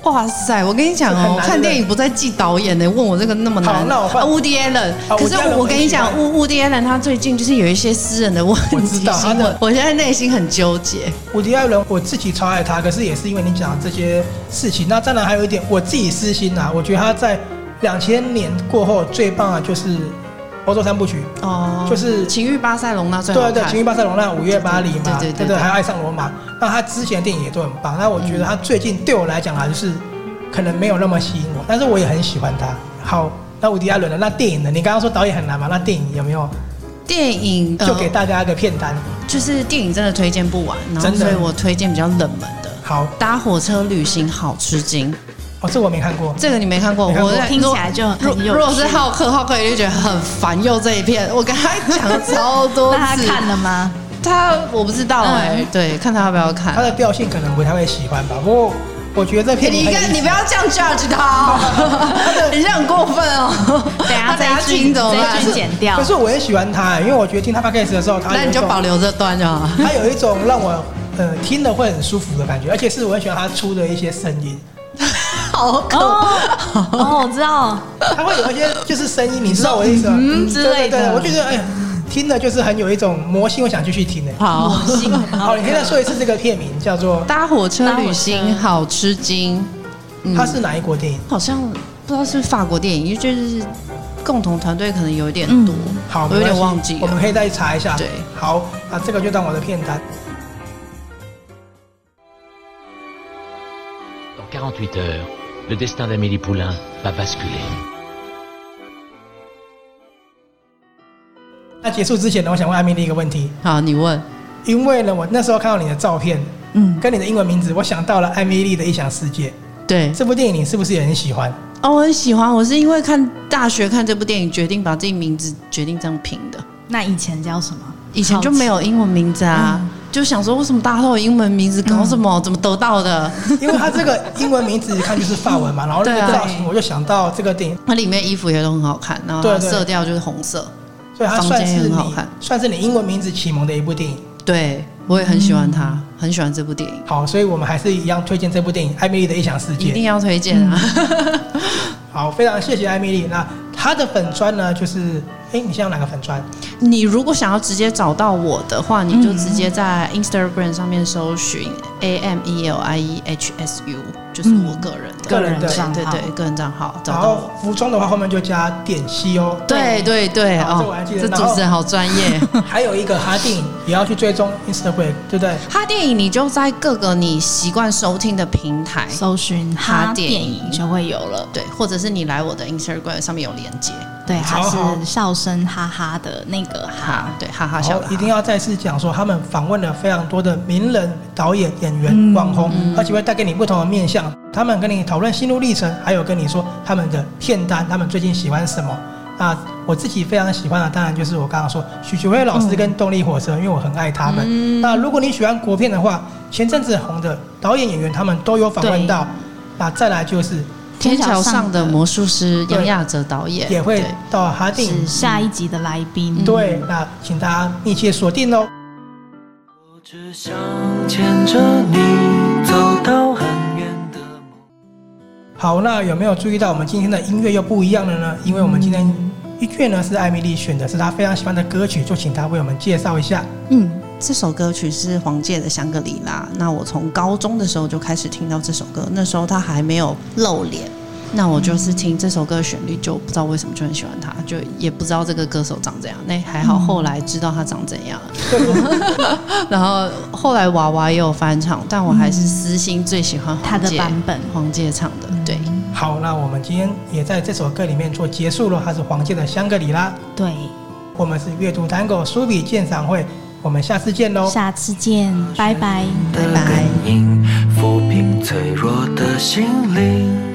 哇塞！我跟你讲
这很
哦，
难
看
对不对
电影不再记导演呢、问我这个那么难。
好那我换
啊，乌迪艾伦。
啊
可是
Woody Allen
我跟你讲
我，也喜
乌乌迪艾伦他最近就是有一些私人的问题，
我知道他的
我我现在内心很纠结。
伍迪·艾伦，我自己超爱他，可是也是因为你讲的这些事情。那当然还有一点，我自己私心啊，我觉得他在两千年过后最棒的就是欧洲三部曲，
哦，
就是
《情欲巴塞隆那》最
对啊
好看。
对，《情欲巴塞罗那》《五月巴黎》嘛，
对对对对
对
对嗯
还有《爱上罗马》。那他之前的电影也都很棒。那我觉得他最近对我来讲啊，就是可能没有那么吸引我，但是我也很喜欢他。好，那伍迪·艾伦的那电影呢？你刚刚说导演很难嘛？那电影有没有
电影呃
就给大家一个片单？
就是电影真的推荐不完，然后
真的
所以我推荐比较冷门的。
好，
搭火车旅行好吃惊，
哦，这我没看过。
这个你没看过，
没看过
我在
听起来就很
如
很有
如果
趣
是浩克，浩克也就觉得很烦又这一片，我跟他讲了超多
那
次，
他看了吗？
他我不知道哎、
嗯
对，看他要不要
他
看。
的调性可能不太会喜欢吧。不过我觉得这
哎
片
你
很有
看，
意思
你不要这样 judge 他、哦， 你这样很过分哦。
等一下
他等下
这一句
听怎么
这一句
办？
剪掉
可。是我也喜欢他，因为我觉得听他 podcast 的时候，他
那
有一
你就
种
保留这段就好了。
他有一种让我呃听了会很舒服的感觉，而且是我很喜欢他出的一些声音，
好可
哦哦，我知道，
他会有一些就是声音，你知道我的意思吗？
嗯之类的
对对对，我觉得哎呀，听了就是很有一种魔性，我想继续听的。
好。
好，你可以再说一次这个片名叫做
搭火车旅行好吃惊，嗯
它是哪一国电影？
好像不知道是不是法国电影，因为就是共同团队可能有一点
嗯
多。
好，
我有点
没关系
忘记了
我们可以再查一下。
对，
好啊，这个就当我的片单。
Dans 48 heures, le destin d'Amélie Poulain va basculer.
那结束之前呢，我想问艾米丽一个问题，
好，你问
因为呢，我那时候看到你的照片，
嗯，
跟你的英文名字，我想到了艾米丽的《异想世界》
对
这部电影，你是不是也很 喜欢？
哦，我很喜欢，我是因为看大学看这部电影，决定把自己名字决定这样拼的。
那以前叫什么？
以前就没有英文名字啊，
嗯
就想说为什么大家都有英文名字，搞什么？怎么得到 的？
因为它这个英文名字一看就是法 文嘛，然后那
对啊
个造型我就想到这个电影，
它里面衣服也都很好看，然后它
对对
色调就是红色。
所以它算
房间也
是
很好
你
看
算是你英文名字启蒙的一部电影。
对，我也很喜欢它，
嗯
很喜欢这部电影，
好，所以我们还是一样推荐这部电影《艾米丽的异想世
一
界
定》。要推荐啊！
嗯好，非常谢谢艾米丽。那她的粉砖呢，就是哎，你像哪个粉砖？
你如果想要直接找到我的话，你就直接
嗯
在 Instagram 上面搜寻 A M E L I E H S U，就是我个人的
嗯个人的
账号
对对对，个人账号找
然
到
后
我。
服装的话，后面就加点西哦。
对对对，
好这
哦
我还，记得
这
然
主
后
持人好专 业。
还有一个哈电影也要去追踪 Instagram，对不对？
哈电影你就在各个你习惯收听的平台，
搜寻
哈
哈
电
电
影
影就会有了。
对，或者是你来我的 Instagram 上面有连接。
对，它
超好
是笑声哈哈的那个哈
哈。，对，哈哈
然
笑
后
的哈
一定要再次讲说，他们访问了非常多的名人、导演、演员、网红，
嗯
而且会带给你不同的面向。他们跟你讨论心路历程，还有跟你说他们的片单，他们最近喜欢什么。那我自己非常喜欢的，当然就是
嗯
我刚刚说许学辉老师跟动力火车，因为我很爱他们。那如果你喜欢国片的话，前阵子红的导演演员他们都有访问到。那再来就是
天桥上的魔术师杨亚哲导演
也会
对
到哈电影
是下一集的来宾。
对，那请大家密切锁定哦喽。
我只想牵着你走到很远的梦。
好，那有没有注意到我们今天的音乐又不一样了呢？因为我们今天一卷呢是艾米丽选的，是她非常喜欢的歌曲，就请她为我们介绍一下。
嗯，这首歌曲是黄玠的《香格里拉》。那我从高中的时候就开始听到这首歌，那时候他还没有露脸。那我就是听这首歌的旋律，就不知道为什么就很喜欢他，就也不知道这个歌手长怎样。那还好，后来知道他长怎样了。然后后来娃娃也有翻唱，但我还是私心最喜欢
他
黄
的
玠
版本
黄玠唱的，对。
好，那我们今天也在这首歌里面做结束了，它是黄玠的《香格里拉》。
对，
我们是阅读 Tango 书笔鉴赏会，我们下次见喽。
下次见，拜拜。
的
拜
根影，抚平脆弱的心灵。